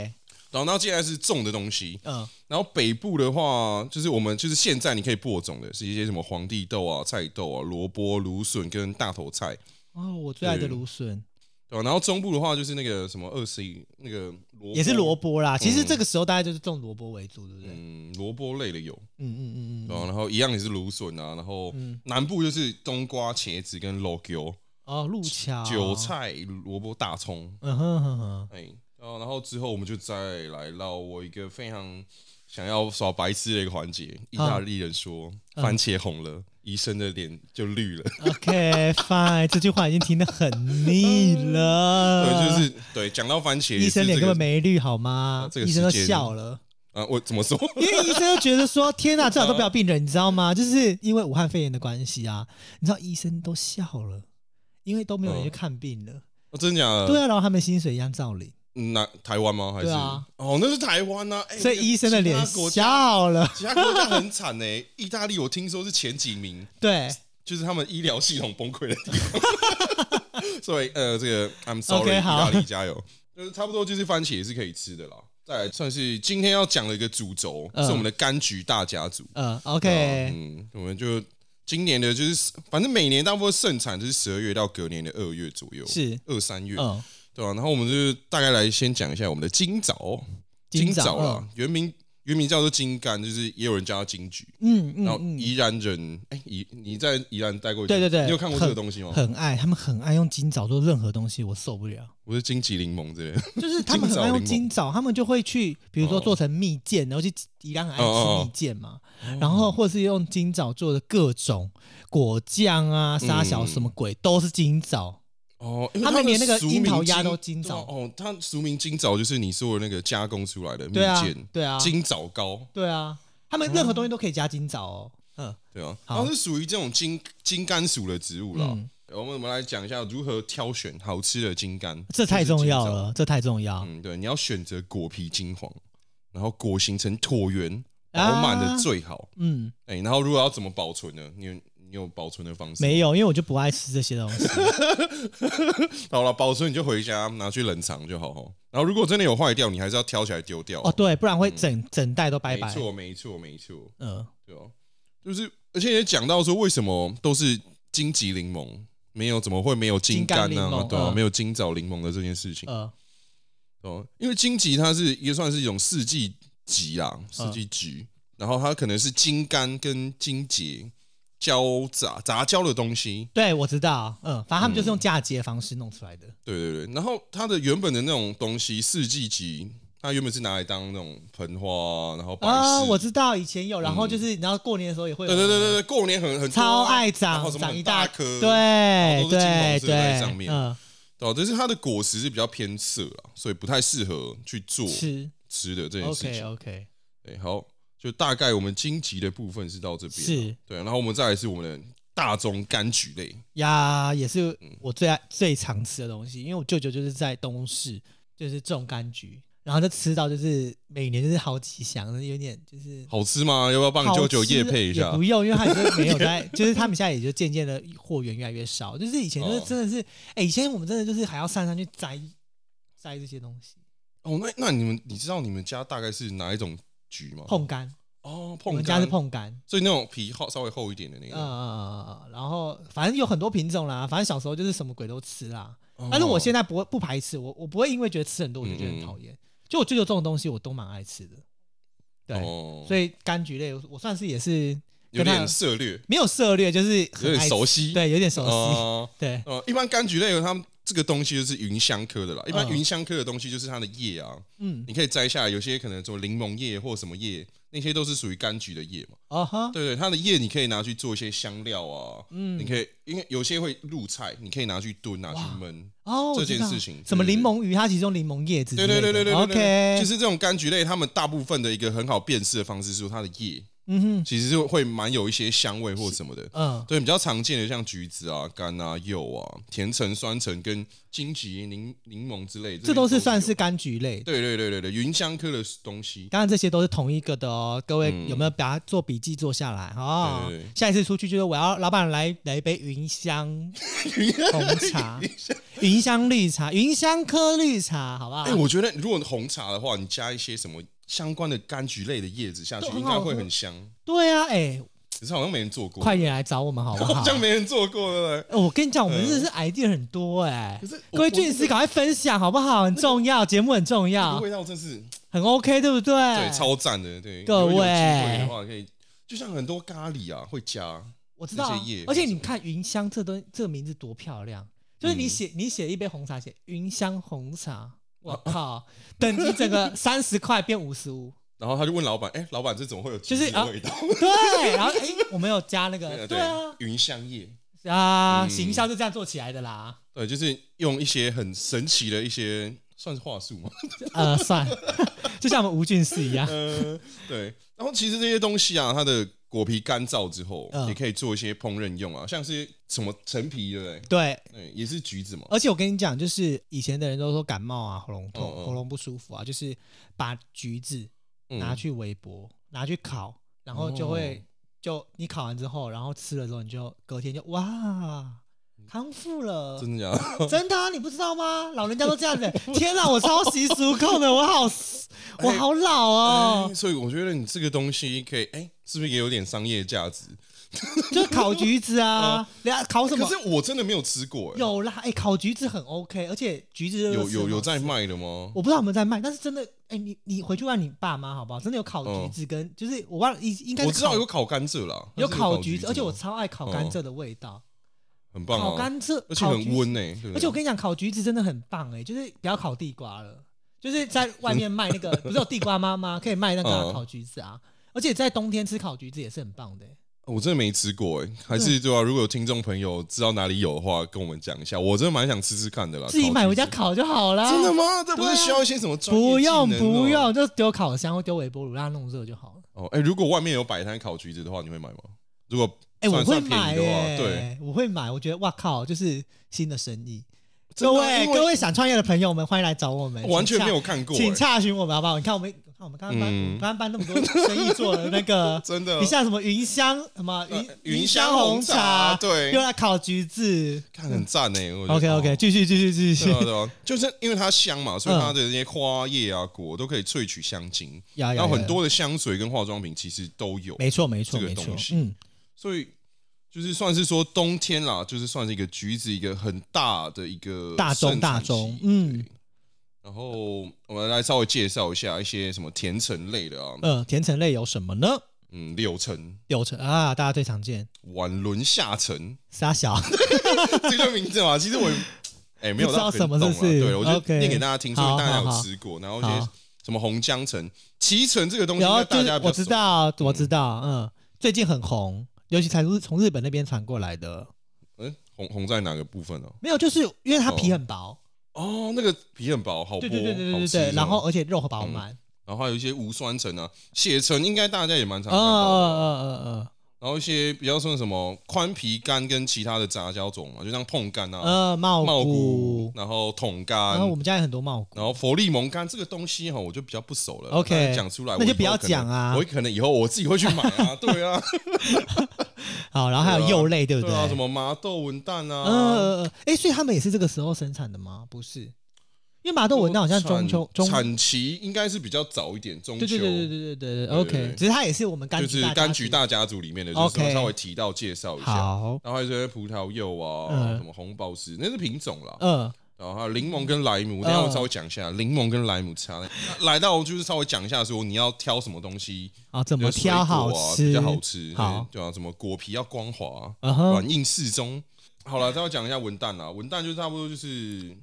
[SPEAKER 2] 然后，然后接下来是种的东西。
[SPEAKER 1] 嗯，
[SPEAKER 2] 然后北部的话，就是我们就是现在你可以播种的是一些什么皇帝豆啊、菜豆啊、萝卜、芦笋跟大头菜，
[SPEAKER 1] 哦，我最爱的芦笋
[SPEAKER 2] 对吧、然后中部的话就是那个什么二十一那个萝卜
[SPEAKER 1] 也是萝，卜啦。其实这个时候大概就是种萝卜为主，对不对？嗯
[SPEAKER 2] 嗯，萝卜类的有，
[SPEAKER 1] 嗯嗯嗯
[SPEAKER 2] 对
[SPEAKER 1] 嗯。
[SPEAKER 2] 吧、然后一样也是芦笋啊，然后南部就是冬瓜、茄子跟萝卜、
[SPEAKER 1] 哦，路桥
[SPEAKER 2] 韭，菜、萝卜、大葱，
[SPEAKER 1] 嗯哼哼哼，
[SPEAKER 2] 哎，然后然后之后我们就再来到我一个非常想要耍白痴的一个环节。意
[SPEAKER 1] 啊
[SPEAKER 2] 大利人说，
[SPEAKER 1] 嗯
[SPEAKER 2] 番茄红了，医生的脸就绿了。
[SPEAKER 1] OK fine，这句话已经听得很腻了。
[SPEAKER 2] 对，就是对。讲到番茄，
[SPEAKER 1] 呃医生脸根
[SPEAKER 2] 这个
[SPEAKER 1] 本
[SPEAKER 2] 啊
[SPEAKER 1] 没绿好吗？
[SPEAKER 2] 这个
[SPEAKER 1] 医生都
[SPEAKER 2] 时间
[SPEAKER 1] 笑了。
[SPEAKER 2] 啊，我怎么说？
[SPEAKER 1] 因为医生就觉得说，天哪，最好都不要病人，你知道吗？就是因为武汉肺炎的关系啊，你知道医生都笑了，因为都没有人去看病了。
[SPEAKER 2] 哦真假的？
[SPEAKER 1] 对啊，然后他们薪水一样照领，
[SPEAKER 2] 嗯，哪台湾吗？还是
[SPEAKER 1] 对啊
[SPEAKER 2] 哦，那是台湾呐、啊哎
[SPEAKER 1] 所以医生的脸
[SPEAKER 2] 其他国家，
[SPEAKER 1] 笑了。
[SPEAKER 2] 其他国家很惨呢、意大利我听说是前几名，
[SPEAKER 1] 对
[SPEAKER 2] 就是他们医疗系统崩溃的地方。 所以呃，这个 I'm sorry，
[SPEAKER 1] OK，
[SPEAKER 2] 意
[SPEAKER 1] 好
[SPEAKER 2] 大利加油。就是差不多就是番茄也是可以吃的啦。再来算是今天要讲的一个主轴，
[SPEAKER 1] 嗯
[SPEAKER 2] 是我们的柑橘大家族。
[SPEAKER 1] 嗯，OK，
[SPEAKER 2] 嗯，我们就今年的就是反正每年大部分盛产就是十二月到隔年的二月左右，
[SPEAKER 1] 嗯是，
[SPEAKER 2] 二三月，
[SPEAKER 1] 嗯，
[SPEAKER 2] 对啊，然后我们就是大概来先讲一下我们的金枣，
[SPEAKER 1] 金
[SPEAKER 2] 枣啊
[SPEAKER 1] 枣嗯
[SPEAKER 2] 啦，原名原名叫做金柑，就是也有人叫它金桔。
[SPEAKER 1] 嗯
[SPEAKER 2] 然后
[SPEAKER 1] 嗯嗯，
[SPEAKER 2] 宜兰人，哎，宜你在宜兰待过一
[SPEAKER 1] 对
[SPEAKER 2] 阵子？
[SPEAKER 1] 对对
[SPEAKER 2] 你有看过这个东西吗？
[SPEAKER 1] 很爱，他们很爱用金枣做任何东西，我受不了。
[SPEAKER 2] 我是金桔柠檬之 类的，
[SPEAKER 1] 就是他们很爱用金枣，他们就会去，比如说
[SPEAKER 2] 哦
[SPEAKER 1] 做成蜜饯，然后去宜兰很爱吃蜜饯嘛，
[SPEAKER 2] 哦
[SPEAKER 1] 然后或是用金枣做的各种果酱啊、沙小
[SPEAKER 2] 嗯
[SPEAKER 1] 什么鬼，都是金枣。
[SPEAKER 2] 哦，因为
[SPEAKER 1] 他们
[SPEAKER 2] 的
[SPEAKER 1] 连那个
[SPEAKER 2] 俗名
[SPEAKER 1] 樱桃鸭
[SPEAKER 2] 金
[SPEAKER 1] 都金
[SPEAKER 2] 对啊
[SPEAKER 1] 枣
[SPEAKER 2] 哦，它俗名金枣就是你说的那个加工出来的蜜
[SPEAKER 1] 对啊
[SPEAKER 2] 饯，，
[SPEAKER 1] 对啊，
[SPEAKER 2] 金枣糕，
[SPEAKER 1] 对啊，他们任何东西都可以加金枣哦。嗯
[SPEAKER 2] 对啊，
[SPEAKER 1] 好
[SPEAKER 2] 然后是属于这种金金柑属的植物啦。
[SPEAKER 1] 嗯，
[SPEAKER 2] 我们我们来讲一下如何挑选好吃的金柑，
[SPEAKER 1] 这太重要
[SPEAKER 2] 就是金枣。
[SPEAKER 1] 了，这太重要。啊
[SPEAKER 2] 嗯，对，你要选择果皮金黄，然后果形成椭圆饱
[SPEAKER 1] 啊
[SPEAKER 2] 满的最好。
[SPEAKER 1] 嗯，
[SPEAKER 2] 哎、然后如果要怎么保存呢？你有你有保存的方式？
[SPEAKER 1] 没。有，因为我就不爱吃这些东 西。
[SPEAKER 2] 好了，保存你就回家拿去冷藏就好吼。然后如果真的有坏掉，你还是要挑起来丢掉。
[SPEAKER 1] 哦，对，不然会整整袋都拜
[SPEAKER 2] 嗯没
[SPEAKER 1] 拜。
[SPEAKER 2] 错，没错，没错，
[SPEAKER 1] 嗯，
[SPEAKER 2] 对哦、就是而且也讲到说，为什么都是荆棘柠檬，没有怎么会没有金柑
[SPEAKER 1] 金
[SPEAKER 2] 呢、
[SPEAKER 1] 柑柠檬
[SPEAKER 2] 对、啊，
[SPEAKER 1] 嗯
[SPEAKER 2] 没有金枣柠檬的这件事情。
[SPEAKER 1] 呃，
[SPEAKER 2] 哦，因为荆棘它是也算是一种四季桔啦，
[SPEAKER 1] 嗯
[SPEAKER 2] 四季桔，然后它可能是金柑跟荆棘交杂杂交的东西，
[SPEAKER 1] 对，我知道。嗯，反正他们就是
[SPEAKER 2] 嗯
[SPEAKER 1] 用嫁接方式弄出来的。
[SPEAKER 2] 对对对。然后它的原本的那种东西，四季桔，它原本是拿来当那种盆花，然后摆饰。
[SPEAKER 1] 啊，我知道以前有，然后就是你知道过年的时候也会有，
[SPEAKER 2] 嗯对对对对对，过年很很多
[SPEAKER 1] 超
[SPEAKER 2] 啊
[SPEAKER 1] 爱
[SPEAKER 2] 然
[SPEAKER 1] 长
[SPEAKER 2] 后什么
[SPEAKER 1] 长一
[SPEAKER 2] 很
[SPEAKER 1] 大
[SPEAKER 2] 大颗，
[SPEAKER 1] 对
[SPEAKER 2] 都是金黄
[SPEAKER 1] 对
[SPEAKER 2] 色在上
[SPEAKER 1] 对，
[SPEAKER 2] 面
[SPEAKER 1] 嗯，
[SPEAKER 2] 对啊，但是它的果实是比较偏涩啦，所以不太适合去做
[SPEAKER 1] 吃
[SPEAKER 2] 吃的这件事情
[SPEAKER 1] ，OK。OK，
[SPEAKER 2] 对，好，就大概我们荆棘的部分是到这边，啊
[SPEAKER 1] 是
[SPEAKER 2] 对，然后我们再来是我们的大宗柑橘类，
[SPEAKER 1] 呀，也是我最爱最常吃的东西，因为我舅舅就是在东市就是种柑橘，然后就吃到就是每年就是好几箱，有点就是。
[SPEAKER 2] 好吃吗？要不要帮你舅舅夜配
[SPEAKER 1] 好
[SPEAKER 2] 一下
[SPEAKER 1] 吃也？不用，因为他就是没有 在，就是他们现在也就渐渐的货源越来越少。就是以前就是
[SPEAKER 2] 哦
[SPEAKER 1] 真的是，哎、以前我们真的就是还要上山去摘摘这些东西，
[SPEAKER 2] 哦，那那你们你知道你们家大概是哪一种橘吗？
[SPEAKER 1] 碰柑，
[SPEAKER 2] 哦，
[SPEAKER 1] 我
[SPEAKER 2] 碰柑
[SPEAKER 1] 们家是，碰柑，
[SPEAKER 2] 所以那种皮厚稍微厚一点的那
[SPEAKER 1] 嗯
[SPEAKER 2] 个。
[SPEAKER 1] 嗯嗯嗯，然后反正有很多品种啦，反正小时候就是什么鬼都吃啦。
[SPEAKER 2] 哦
[SPEAKER 1] 但是我现在不会不排斥，我我不会因为觉得吃很多我就觉得
[SPEAKER 2] 嗯嗯
[SPEAKER 1] 很讨厌。就我舅舅这种东西我都蛮爱吃的，对，
[SPEAKER 2] 哦
[SPEAKER 1] 所以柑橘类我我算是也是
[SPEAKER 2] 有
[SPEAKER 1] 跟他
[SPEAKER 2] 点涉略，
[SPEAKER 1] 没有涉猎，就是很
[SPEAKER 2] 有点
[SPEAKER 1] 爱
[SPEAKER 2] 熟
[SPEAKER 1] 吃
[SPEAKER 2] 悉，
[SPEAKER 1] 对，有点熟悉，
[SPEAKER 2] 哦。
[SPEAKER 1] 对，
[SPEAKER 2] 呃，一般柑橘类它们这个东西就是芸香科的啦，一般
[SPEAKER 1] 嗯
[SPEAKER 2] 芸香科的东西就是它的叶啊，
[SPEAKER 1] 嗯，
[SPEAKER 2] 你可以摘下来，有些可能做柠檬叶或什么叶，那些都是属于柑橘的叶嘛。
[SPEAKER 1] 哦哈，
[SPEAKER 2] 对对，它的叶你可以拿去做一些香料啊，你
[SPEAKER 1] 嗯，
[SPEAKER 2] 可以因为有些会入菜，你可以拿去炖，拿去焖。
[SPEAKER 1] 哦，
[SPEAKER 2] 这
[SPEAKER 1] 我知
[SPEAKER 2] 件
[SPEAKER 1] 道
[SPEAKER 2] 事情
[SPEAKER 1] 什么
[SPEAKER 2] 对对
[SPEAKER 1] 柠檬鱼，它其中柠檬叶子之
[SPEAKER 2] 对
[SPEAKER 1] 类的，
[SPEAKER 2] 对对对对对对
[SPEAKER 1] ，OK，
[SPEAKER 2] 其实这种柑橘类，它们大部分的一个很好辨识的方式是它的叶，
[SPEAKER 1] 嗯哼，
[SPEAKER 2] 其实就会蛮有一些香味或什么的。
[SPEAKER 1] 嗯，
[SPEAKER 2] 对，比较常见的像橘子啊、柑啊、柚啊、甜橙、酸橙跟荆棘、柠柠檬之类，
[SPEAKER 1] 这都是
[SPEAKER 2] 有
[SPEAKER 1] 算是柑橘类，
[SPEAKER 2] 对对对对对芸香科的东西。
[SPEAKER 1] 当然这些都是同一个的哦，各位
[SPEAKER 2] 嗯
[SPEAKER 1] 有没有把它做笔记做下来哦？
[SPEAKER 2] 对对对
[SPEAKER 1] 下一次出去就是我要老板来来一杯云 香红茶、云香绿茶、云香科绿茶，好不好？
[SPEAKER 2] 哎、我觉得如果红茶的话，你加一些什么相关的柑橘类的叶子下去，
[SPEAKER 1] 都很
[SPEAKER 2] 应
[SPEAKER 1] 好
[SPEAKER 2] 该会
[SPEAKER 1] 喝
[SPEAKER 2] 很香。
[SPEAKER 1] 对啊，哎、
[SPEAKER 2] 可是好像没人做过，
[SPEAKER 1] 快点来找我们好不好
[SPEAKER 2] 好？像没人做过，对不对？
[SPEAKER 1] 哎我跟你讲，我们真的是 idea 很多哎、
[SPEAKER 2] 可是我
[SPEAKER 1] 各位俊啊师，赶快分享好不好？很重要，节目很重
[SPEAKER 2] 这个
[SPEAKER 1] 要，
[SPEAKER 2] 味道真是
[SPEAKER 1] 很 OK，对不对？
[SPEAKER 2] 对，超赞的。对，
[SPEAKER 1] 哎各
[SPEAKER 2] 如果有
[SPEAKER 1] 位
[SPEAKER 2] 机会的话，可以就像很多咖喱啊，会加
[SPEAKER 1] 我知道、啊
[SPEAKER 2] 这些叶，
[SPEAKER 1] 而且你看“云香”这东这个名字多漂亮，就是你
[SPEAKER 2] 嗯
[SPEAKER 1] 写、你写一杯红茶，写“云香红
[SPEAKER 2] 啊
[SPEAKER 1] 茶”，我靠，等级整 个三十块变五十五，
[SPEAKER 2] 然后他就问老板：“哎、老板，这怎么会有橘
[SPEAKER 1] 就是
[SPEAKER 2] 子的
[SPEAKER 1] 啊
[SPEAKER 2] 味道？”
[SPEAKER 1] 对，然后哎、我们有加那
[SPEAKER 2] 对
[SPEAKER 1] 个， 对啊
[SPEAKER 2] 对，，芸香叶，
[SPEAKER 1] 啊，
[SPEAKER 2] 嗯
[SPEAKER 1] 行销就这样做起来的啦，
[SPEAKER 2] 对，就是用一些很神奇的一些算是话术吗？
[SPEAKER 1] 呃，算， 就像我们吴俊士一样，
[SPEAKER 2] 呃， 对。然后其实这些东西啊，它的果皮干燥之后，
[SPEAKER 1] 嗯
[SPEAKER 2] 也可以做一些烹饪用啊，像是什么陈皮，对不对？
[SPEAKER 1] 对。
[SPEAKER 2] 对，也是橘子嘛。
[SPEAKER 1] 而且我跟你讲，就是以前的人都说感冒啊、喉咙痛、
[SPEAKER 2] 嗯嗯
[SPEAKER 1] 喉咙不舒服啊，就是把橘子
[SPEAKER 2] 嗯
[SPEAKER 1] 拿去微波、拿去烤，然后就会、
[SPEAKER 2] 哦
[SPEAKER 1] 就你烤完之后，然后吃了之后，你就隔天就哇康复了，
[SPEAKER 2] 嗯真的假的？
[SPEAKER 1] 真的、啊，你不知道吗？老人家都这样子、天哪，我超习俗控的，我好我好老哦
[SPEAKER 2] 哎，所以我觉得你这个东西可以，哎、是不是也有点商业价值？
[SPEAKER 1] 就烤橘子 啊，人家烤什
[SPEAKER 2] 哎嗯可
[SPEAKER 1] 么？
[SPEAKER 2] 是我真的没有吃过、哎，
[SPEAKER 1] 有啦，哎、烤橘子很 OK，而且橘子热热
[SPEAKER 2] 有
[SPEAKER 1] 吃
[SPEAKER 2] 有有
[SPEAKER 1] 嘛
[SPEAKER 2] 在卖的吗？
[SPEAKER 1] 我不知道有没有在卖，但是真的，哎、你你回去问你爸妈好不好？真的有烤橘子跟，就是我忘了，应应该是
[SPEAKER 2] 哦我知道
[SPEAKER 1] 烤
[SPEAKER 2] 有烤甘蔗啦，
[SPEAKER 1] 有
[SPEAKER 2] 它是烤哦
[SPEAKER 1] 烤橘子，
[SPEAKER 2] 吗
[SPEAKER 1] 而且我超爱烤甘蔗的味道，
[SPEAKER 2] 很棒
[SPEAKER 1] 烤
[SPEAKER 2] 啊，
[SPEAKER 1] 甘蔗，
[SPEAKER 2] 而且
[SPEAKER 1] 烤橘
[SPEAKER 2] 很
[SPEAKER 1] 子
[SPEAKER 2] 温呢、哎对不对
[SPEAKER 1] 而且我跟你讲，烤橘子真的很棒哎、就是不要烤地瓜了，就是在外面卖那 个，不是有地瓜妈妈可以卖那个啊、
[SPEAKER 2] 嗯
[SPEAKER 1] 烤橘子啊，而且在冬天吃烤橘子也是很棒的欸、
[SPEAKER 2] 我真的没吃过哎、还是对啊？如果有听众朋友知道哪里有的话，跟我们讲一下，我真的蛮想吃吃看的啦。
[SPEAKER 1] 自己买回家
[SPEAKER 2] 啊烤
[SPEAKER 1] 烤就好啦。
[SPEAKER 2] 橘子。真的？吗？这不
[SPEAKER 1] 对
[SPEAKER 2] 是
[SPEAKER 1] 啊
[SPEAKER 2] 需要一些什么专业
[SPEAKER 1] 不用
[SPEAKER 2] 技能哦
[SPEAKER 1] 不用，就丢烤箱或丢微波炉让它弄热就好了。
[SPEAKER 2] 哦。哎、如果外面有摆摊烤橘子的话，你会买吗？如果
[SPEAKER 1] 哎、我
[SPEAKER 2] 算
[SPEAKER 1] 会
[SPEAKER 2] 算便
[SPEAKER 1] 买
[SPEAKER 2] 宜的话
[SPEAKER 1] 哎、
[SPEAKER 2] 对，
[SPEAKER 1] 我会买，我觉得哇靠，就是新的生意。
[SPEAKER 2] 真
[SPEAKER 1] 各
[SPEAKER 2] 的啊
[SPEAKER 1] 位
[SPEAKER 2] 因为
[SPEAKER 1] 各位想创业的朋友们，欢迎来找我们。
[SPEAKER 2] 我完全
[SPEAKER 1] 请洽
[SPEAKER 2] 没有看过、
[SPEAKER 1] 请
[SPEAKER 2] 欸，
[SPEAKER 1] 洽询我们好不好？你看我们，你看我们刚刚搬，
[SPEAKER 2] 嗯，
[SPEAKER 1] 我们刚刚搬那么多生意做的那个
[SPEAKER 2] 真的
[SPEAKER 1] 你像什么云香什么云
[SPEAKER 2] 呃
[SPEAKER 1] 香
[SPEAKER 2] 红
[SPEAKER 1] 茶，啊
[SPEAKER 2] 对
[SPEAKER 1] 又，来烤橘子。
[SPEAKER 2] 看很赞哎。我觉得
[SPEAKER 1] OK
[SPEAKER 2] 哦
[SPEAKER 1] OK，继续继续继续
[SPEAKER 2] 对， 啊对啊，就是因为它香嘛，所以
[SPEAKER 1] 嗯
[SPEAKER 2] 它的那些花叶啊、果都可以萃取香精，
[SPEAKER 1] 然
[SPEAKER 2] 然后很，多的香水跟化妆品其实都有，
[SPEAKER 1] 没错没错
[SPEAKER 2] 这个
[SPEAKER 1] 没错
[SPEAKER 2] 东，西
[SPEAKER 1] 嗯，
[SPEAKER 2] 所以就是算是说冬天啦，就是算是一个橘子一个很大的一个
[SPEAKER 1] 大宗
[SPEAKER 2] 盛
[SPEAKER 1] 大
[SPEAKER 2] 产期
[SPEAKER 1] 宗，。嗯
[SPEAKER 2] 然后我们来稍微介绍一下一些什么甜橙类的啊，
[SPEAKER 1] 呃，甜橙类有什么呢？
[SPEAKER 2] 嗯，柳橙、
[SPEAKER 1] 柳橙啊，大家最常见，
[SPEAKER 2] 晚轮下 橙
[SPEAKER 1] 沙小，
[SPEAKER 2] 这个名字嘛，其 实我也哎没有
[SPEAKER 1] 不知道
[SPEAKER 2] 到很
[SPEAKER 1] 什么
[SPEAKER 2] 懂
[SPEAKER 1] 是不是
[SPEAKER 2] 啦对我就
[SPEAKER 1] OK
[SPEAKER 2] 念给大家听，所
[SPEAKER 1] 好
[SPEAKER 2] 以大家
[SPEAKER 1] 好
[SPEAKER 2] 有
[SPEAKER 1] 好
[SPEAKER 2] 吃过，然后一些
[SPEAKER 1] 好
[SPEAKER 2] 什么红姜橙、脐橙这个东西，
[SPEAKER 1] 然后
[SPEAKER 2] 应该
[SPEAKER 1] 就
[SPEAKER 2] 大
[SPEAKER 1] 是
[SPEAKER 2] 家比较
[SPEAKER 1] 我知
[SPEAKER 2] 熟
[SPEAKER 1] 道我知道，嗯，最近很红，尤其才是从日本那边传过来的，
[SPEAKER 2] 嗯，红红在哪个部分呢、
[SPEAKER 1] 没有，就是因为它皮很薄，
[SPEAKER 2] 哦，那个皮很薄，好剥，
[SPEAKER 1] 对对对对
[SPEAKER 2] 哦好
[SPEAKER 1] 对
[SPEAKER 2] 吃
[SPEAKER 1] 对，
[SPEAKER 2] 这样
[SPEAKER 1] 然后而且肉很饱满，
[SPEAKER 2] 然后还有一些无酸橙
[SPEAKER 1] 哦
[SPEAKER 2] 啊、血橙，应该大家也蛮常
[SPEAKER 1] 嗯
[SPEAKER 2] 看到的啊。
[SPEAKER 1] 嗯嗯嗯
[SPEAKER 2] 然后一些比较像什么宽皮柑跟其他的杂交种嘛，就像碰柑
[SPEAKER 1] 嗯，
[SPEAKER 2] 啊、
[SPEAKER 1] 呃，茂
[SPEAKER 2] 茂嗯
[SPEAKER 1] 谷
[SPEAKER 2] 菇，，然后桶柑
[SPEAKER 1] 然，哦后我们家也很多茂谷，
[SPEAKER 2] 然后佛利蒙柑这个东西哈，我就比较不熟了。
[SPEAKER 1] OK
[SPEAKER 2] 大家讲出来
[SPEAKER 1] 那就
[SPEAKER 2] 我以后
[SPEAKER 1] 不要
[SPEAKER 2] 可能
[SPEAKER 1] 讲啊
[SPEAKER 2] 我可能以后我自己会去 买啊，对啊，
[SPEAKER 1] 好，然后还有柚类，对不
[SPEAKER 2] 对啊，什
[SPEAKER 1] 对？
[SPEAKER 2] 么麻豆文旦
[SPEAKER 1] 嗯嗯
[SPEAKER 2] 啊，
[SPEAKER 1] 嗯，嗯哎，所以他们也是这个时候生产的吗？不是，因为麻豆文旦好像中秋中
[SPEAKER 2] 产，产期应该是比较早一点，中秋
[SPEAKER 1] 对对对对对对对
[SPEAKER 2] 对对
[SPEAKER 1] ，OK，
[SPEAKER 2] 对
[SPEAKER 1] 只是它也是我们柑
[SPEAKER 2] 就是
[SPEAKER 1] 橘大
[SPEAKER 2] 柑
[SPEAKER 1] 家
[SPEAKER 2] 橘
[SPEAKER 1] 族
[SPEAKER 2] 大家族里面的，就是有
[SPEAKER 1] OK
[SPEAKER 2] 稍微提到介绍一下。
[SPEAKER 1] 好，
[SPEAKER 2] 然后还有这些葡萄柚啊，
[SPEAKER 1] 嗯
[SPEAKER 2] 什么红宝石，那是品种啦。
[SPEAKER 1] 嗯，
[SPEAKER 2] 然后还有柠檬跟莱姆，等一下
[SPEAKER 1] 嗯
[SPEAKER 2] 我稍微讲一下柠檬跟莱姆差。那来到就是稍微讲一下说你要挑什么东西，
[SPEAKER 1] 啊，怎
[SPEAKER 2] 怎
[SPEAKER 1] 么挑好吃？
[SPEAKER 2] 比较好吃，
[SPEAKER 1] 好
[SPEAKER 2] 对对啊，什么果皮要光滑，
[SPEAKER 1] 嗯哼，
[SPEAKER 2] 软硬适中。好了，再讲一下文旦啦，文旦就差不多就是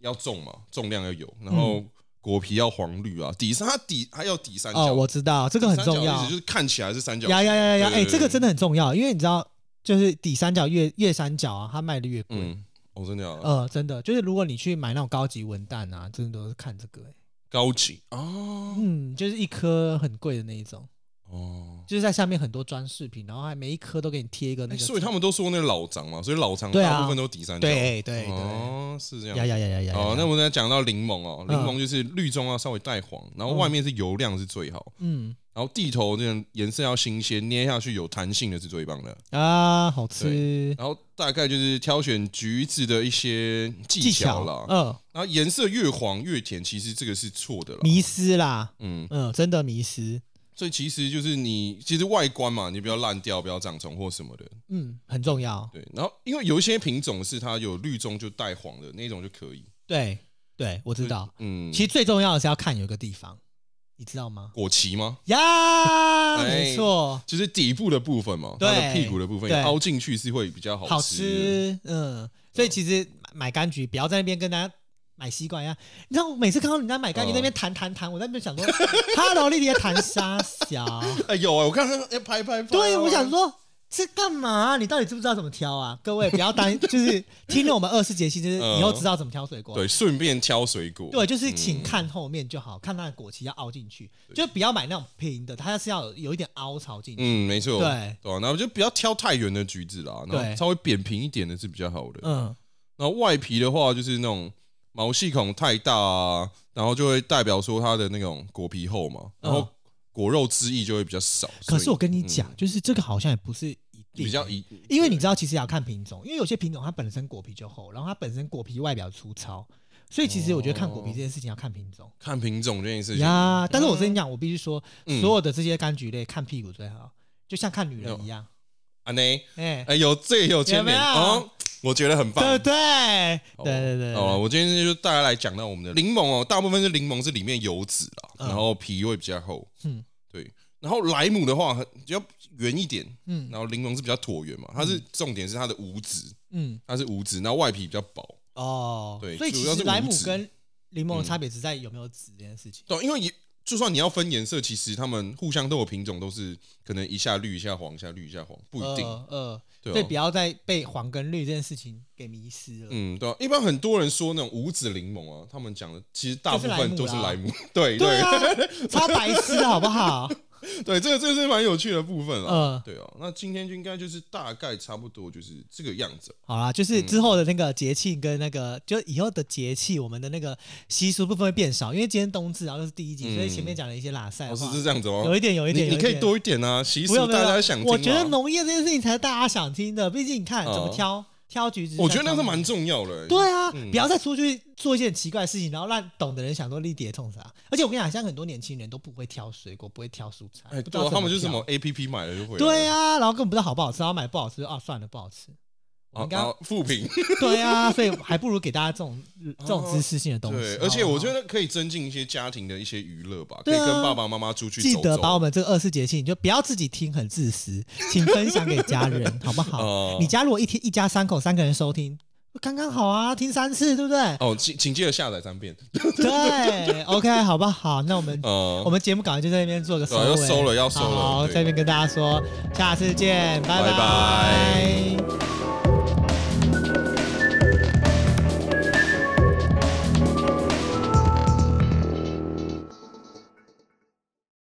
[SPEAKER 2] 要重嘛，重量要有，然后
[SPEAKER 1] 嗯
[SPEAKER 2] 果皮要黄绿啊，底它底还要底三角，
[SPEAKER 1] 哦，我知道这个很
[SPEAKER 2] 三角
[SPEAKER 1] 重
[SPEAKER 2] 的
[SPEAKER 1] 要
[SPEAKER 2] 意思，就是看起来是三角形，
[SPEAKER 1] 呀呀呀呀！
[SPEAKER 2] 对
[SPEAKER 1] 哎，这个真。
[SPEAKER 2] 对对
[SPEAKER 1] 的很重要，因为你知道，就是底三角越越三角啊，它卖的越贵。
[SPEAKER 2] 嗯，哦，真的啊，
[SPEAKER 1] 呃，真的，就是如果你去买那种高级文旦啊，真的都是看这个、欸。
[SPEAKER 2] 高级哦
[SPEAKER 1] 嗯，就是一颗很贵的那一种，
[SPEAKER 2] 哦、
[SPEAKER 1] 就是在下面很多装饰品，然后还每一颗都给你贴一个那
[SPEAKER 2] 哎
[SPEAKER 1] 个。
[SPEAKER 2] 所以他们都说那老张嘛，所以老张
[SPEAKER 1] 对啊
[SPEAKER 2] 大部分都底三角，
[SPEAKER 1] 对对对，
[SPEAKER 2] 哦，是这
[SPEAKER 1] 呀
[SPEAKER 2] 样。
[SPEAKER 1] 呀呀呀呀！
[SPEAKER 2] 哦，
[SPEAKER 1] 呀
[SPEAKER 2] 那我们再讲到柠檬哦，
[SPEAKER 1] 嗯
[SPEAKER 2] 柠檬就是绿中要稍微带黄，然后外面是油亮是最好，
[SPEAKER 1] 嗯
[SPEAKER 2] 然后地头这样颜色要新鲜，捏下去有弹性的是最棒的。
[SPEAKER 1] 啊，好吃
[SPEAKER 2] 然后大概就是挑选橘子的一些技
[SPEAKER 1] 技巧
[SPEAKER 2] 巧啦，
[SPEAKER 1] 嗯，
[SPEAKER 2] 然后颜色越黄越甜，其实这个是错的啦。
[SPEAKER 1] 迷失啦，
[SPEAKER 2] 嗯，
[SPEAKER 1] 嗯，真的迷失，
[SPEAKER 2] 所以其实就是你其实外观嘛，你不要烂掉，不要长虫或什么的。
[SPEAKER 1] 嗯，很重要，
[SPEAKER 2] 对，然后因为有一些品种是它有绿中就带黄的那种就可以，
[SPEAKER 1] 对对，我知道。
[SPEAKER 2] 嗯，
[SPEAKER 1] 其实最重要的是要看有一个地方，你知道吗？
[SPEAKER 2] 果脐吗？
[SPEAKER 1] 呀，
[SPEAKER 2] 哎
[SPEAKER 1] 没错，
[SPEAKER 2] 就是底部的部分嘛，
[SPEAKER 1] 对
[SPEAKER 2] 它的屁股的部分
[SPEAKER 1] 对
[SPEAKER 2] 凹进去是会比较好
[SPEAKER 1] 好
[SPEAKER 2] 吃。
[SPEAKER 1] 吃，
[SPEAKER 2] 啊
[SPEAKER 1] 嗯，所以其实买买柑橘不要在那边跟大家买西瓜一样，你知道我每次看到人家买柑橘
[SPEAKER 2] 嗯
[SPEAKER 1] 在那边弹弹弹，我在那边想说 ，Hello，丽丽在弹沙小，
[SPEAKER 2] 哎，有啊，我看他哎拍拍拍啊，
[SPEAKER 1] 对我想说这干嘛啊、你到底知不知道怎么挑啊？各位不要担，就是听了我们二十节气，就是以后知道怎么挑水果。
[SPEAKER 2] 嗯对，顺便挑水果，
[SPEAKER 1] 对，就是请
[SPEAKER 2] 嗯
[SPEAKER 1] 看后面就好，看它的果期要凹进去，就不要买那种平的，它是要有一点凹槽进去。
[SPEAKER 2] 嗯，没错，
[SPEAKER 1] 对
[SPEAKER 2] 对啊，然后就不要挑太圆的橘子啦，然后
[SPEAKER 1] 对
[SPEAKER 2] 稍微扁平一点的是比较好的。
[SPEAKER 1] 嗯，
[SPEAKER 2] 然后外皮的话，就是那种毛细孔太大啊，然后就会代表说它的那种果皮厚嘛，然后
[SPEAKER 1] 嗯
[SPEAKER 2] 果肉汁液就会比较少。
[SPEAKER 1] 可是
[SPEAKER 2] 所以嗯
[SPEAKER 1] 我跟你讲，就是这个好像也不是一定
[SPEAKER 2] 比较一，
[SPEAKER 1] 因为你知道，其实也要看品种，因为有些品种它本身果皮就厚，然后它本身果皮外表粗糙，所以其实我觉得看果皮这件事情要看品种
[SPEAKER 2] 看品种这件事情，
[SPEAKER 1] 呀。但是我跟你讲，我必须说，
[SPEAKER 2] 嗯
[SPEAKER 1] 所有的这些柑橘类看屁股最好，就像看女人一样，
[SPEAKER 2] 啊呢，
[SPEAKER 1] 哎，
[SPEAKER 2] 哎有这也有牵连
[SPEAKER 1] 有没有
[SPEAKER 2] 哦，我觉得很棒。
[SPEAKER 1] 对不对？对对对，
[SPEAKER 2] 哦，
[SPEAKER 1] 对
[SPEAKER 2] 我今天就带大家来讲到我们的柠檬哦，大部分是柠檬是里面油脂啦，
[SPEAKER 1] 嗯
[SPEAKER 2] 然后皮会比较厚，
[SPEAKER 1] 嗯
[SPEAKER 2] 嗯，对。然后莱姆的话很比较圆一点，
[SPEAKER 1] 嗯
[SPEAKER 2] 然后柠檬是比较椭圆嘛，它是重点是它的无籽，
[SPEAKER 1] 嗯
[SPEAKER 2] 它是无籽，然后外皮比较薄。
[SPEAKER 1] 哦，
[SPEAKER 2] 对
[SPEAKER 1] 所以其
[SPEAKER 2] 主要
[SPEAKER 1] 实
[SPEAKER 2] 是嗯
[SPEAKER 1] 莱
[SPEAKER 2] 五
[SPEAKER 1] 姆
[SPEAKER 2] 指
[SPEAKER 1] 跟柠檬的差别只在有没有籽这件事情。
[SPEAKER 2] 对，因为也就算你要分颜色，其实它们互相都有品种，都是可能一下绿一下黄，一下绿一下黄，不一定。
[SPEAKER 1] 呃，呃
[SPEAKER 2] 对
[SPEAKER 1] 所以
[SPEAKER 2] 啊
[SPEAKER 1] 不要再被黄跟绿这件事情给迷失了。
[SPEAKER 2] 嗯，对啊、一般很多人说那种无籽柠檬啊，他们讲的其实大部分
[SPEAKER 1] 就
[SPEAKER 2] 都
[SPEAKER 1] 是
[SPEAKER 2] 是
[SPEAKER 1] 莱
[SPEAKER 2] 莱
[SPEAKER 1] 姆
[SPEAKER 2] 姆， 对
[SPEAKER 1] 对
[SPEAKER 2] 对
[SPEAKER 1] 啊，超白痴好不好？
[SPEAKER 2] 对，这个这个是蛮有趣的部分
[SPEAKER 1] 嗯
[SPEAKER 2] 啊。对啊，那今天就应该就是大概差不多就是这个样子。
[SPEAKER 1] 好啦，就是
[SPEAKER 2] 嗯
[SPEAKER 1] 之后的那个节气跟那个，就以后的节气，我们的那个习俗部分会变少，因为今天冬至，然后又是第一集，
[SPEAKER 2] 嗯
[SPEAKER 1] 所以前面讲了一些拉塞
[SPEAKER 2] 哦，
[SPEAKER 1] 的
[SPEAKER 2] 是
[SPEAKER 1] 话，
[SPEAKER 2] 是这样子吗？
[SPEAKER 1] 哎有一点，有一点，
[SPEAKER 2] 你你可
[SPEAKER 1] 有一
[SPEAKER 2] 以
[SPEAKER 1] 点
[SPEAKER 2] 多一点啊，习
[SPEAKER 1] 不
[SPEAKER 2] 俗
[SPEAKER 1] 用，不用
[SPEAKER 2] 大家想听嘛。
[SPEAKER 1] 我觉得农业这件事情才是大家想听的，毕竟你看怎么
[SPEAKER 2] 嗯
[SPEAKER 1] 挑挑橘子，
[SPEAKER 2] 我觉得那是
[SPEAKER 1] 挑
[SPEAKER 2] 蛮重要的、欸。
[SPEAKER 1] 对啊，
[SPEAKER 2] 嗯
[SPEAKER 1] 不要再出去做一件奇怪的事情，然后让懂的人想说立碟痛啥。而且我跟你讲，像很多年轻人都不会挑水果，不会挑蔬菜，
[SPEAKER 2] 哎，
[SPEAKER 1] 不知
[SPEAKER 2] 对
[SPEAKER 1] 道
[SPEAKER 2] 啊，
[SPEAKER 1] 怎
[SPEAKER 2] 他们就是
[SPEAKER 1] 挑
[SPEAKER 2] 什么 A P P 买了就会。
[SPEAKER 1] 对啊，然后根本不知道好不好吃，然后买不好吃啊，算了，不好吃。我
[SPEAKER 2] 啊，
[SPEAKER 1] 们刚
[SPEAKER 2] 然后复 评。
[SPEAKER 1] 对啊，所以还不如给大家这种这种知识性的东西。
[SPEAKER 2] 哦对，
[SPEAKER 1] 好不好
[SPEAKER 2] 而且我觉得可以增进一些家庭的一些娱乐吧，可
[SPEAKER 1] 对
[SPEAKER 2] 以
[SPEAKER 1] 啊
[SPEAKER 2] 跟爸爸妈妈出去
[SPEAKER 1] 记
[SPEAKER 2] 走
[SPEAKER 1] 得把我
[SPEAKER 2] 走。
[SPEAKER 1] 们这个二十四节气，你就不要自己听，很自私，请分享给家人，好不好？
[SPEAKER 2] 哦
[SPEAKER 1] 你家如果一天一家三口三个人收听，刚刚好啊，听三次，对不 对？
[SPEAKER 2] 哦，请请记得下载三遍。
[SPEAKER 1] 对，OK，好不好？那我 们
[SPEAKER 2] 呃
[SPEAKER 1] 我，们节目赶快就在那边做个收
[SPEAKER 2] 对啊
[SPEAKER 1] 尾，
[SPEAKER 2] 要收了要收了
[SPEAKER 1] 好，
[SPEAKER 2] 对
[SPEAKER 1] 在那边跟大家说，下次见，拜
[SPEAKER 2] 拜拜
[SPEAKER 1] 拜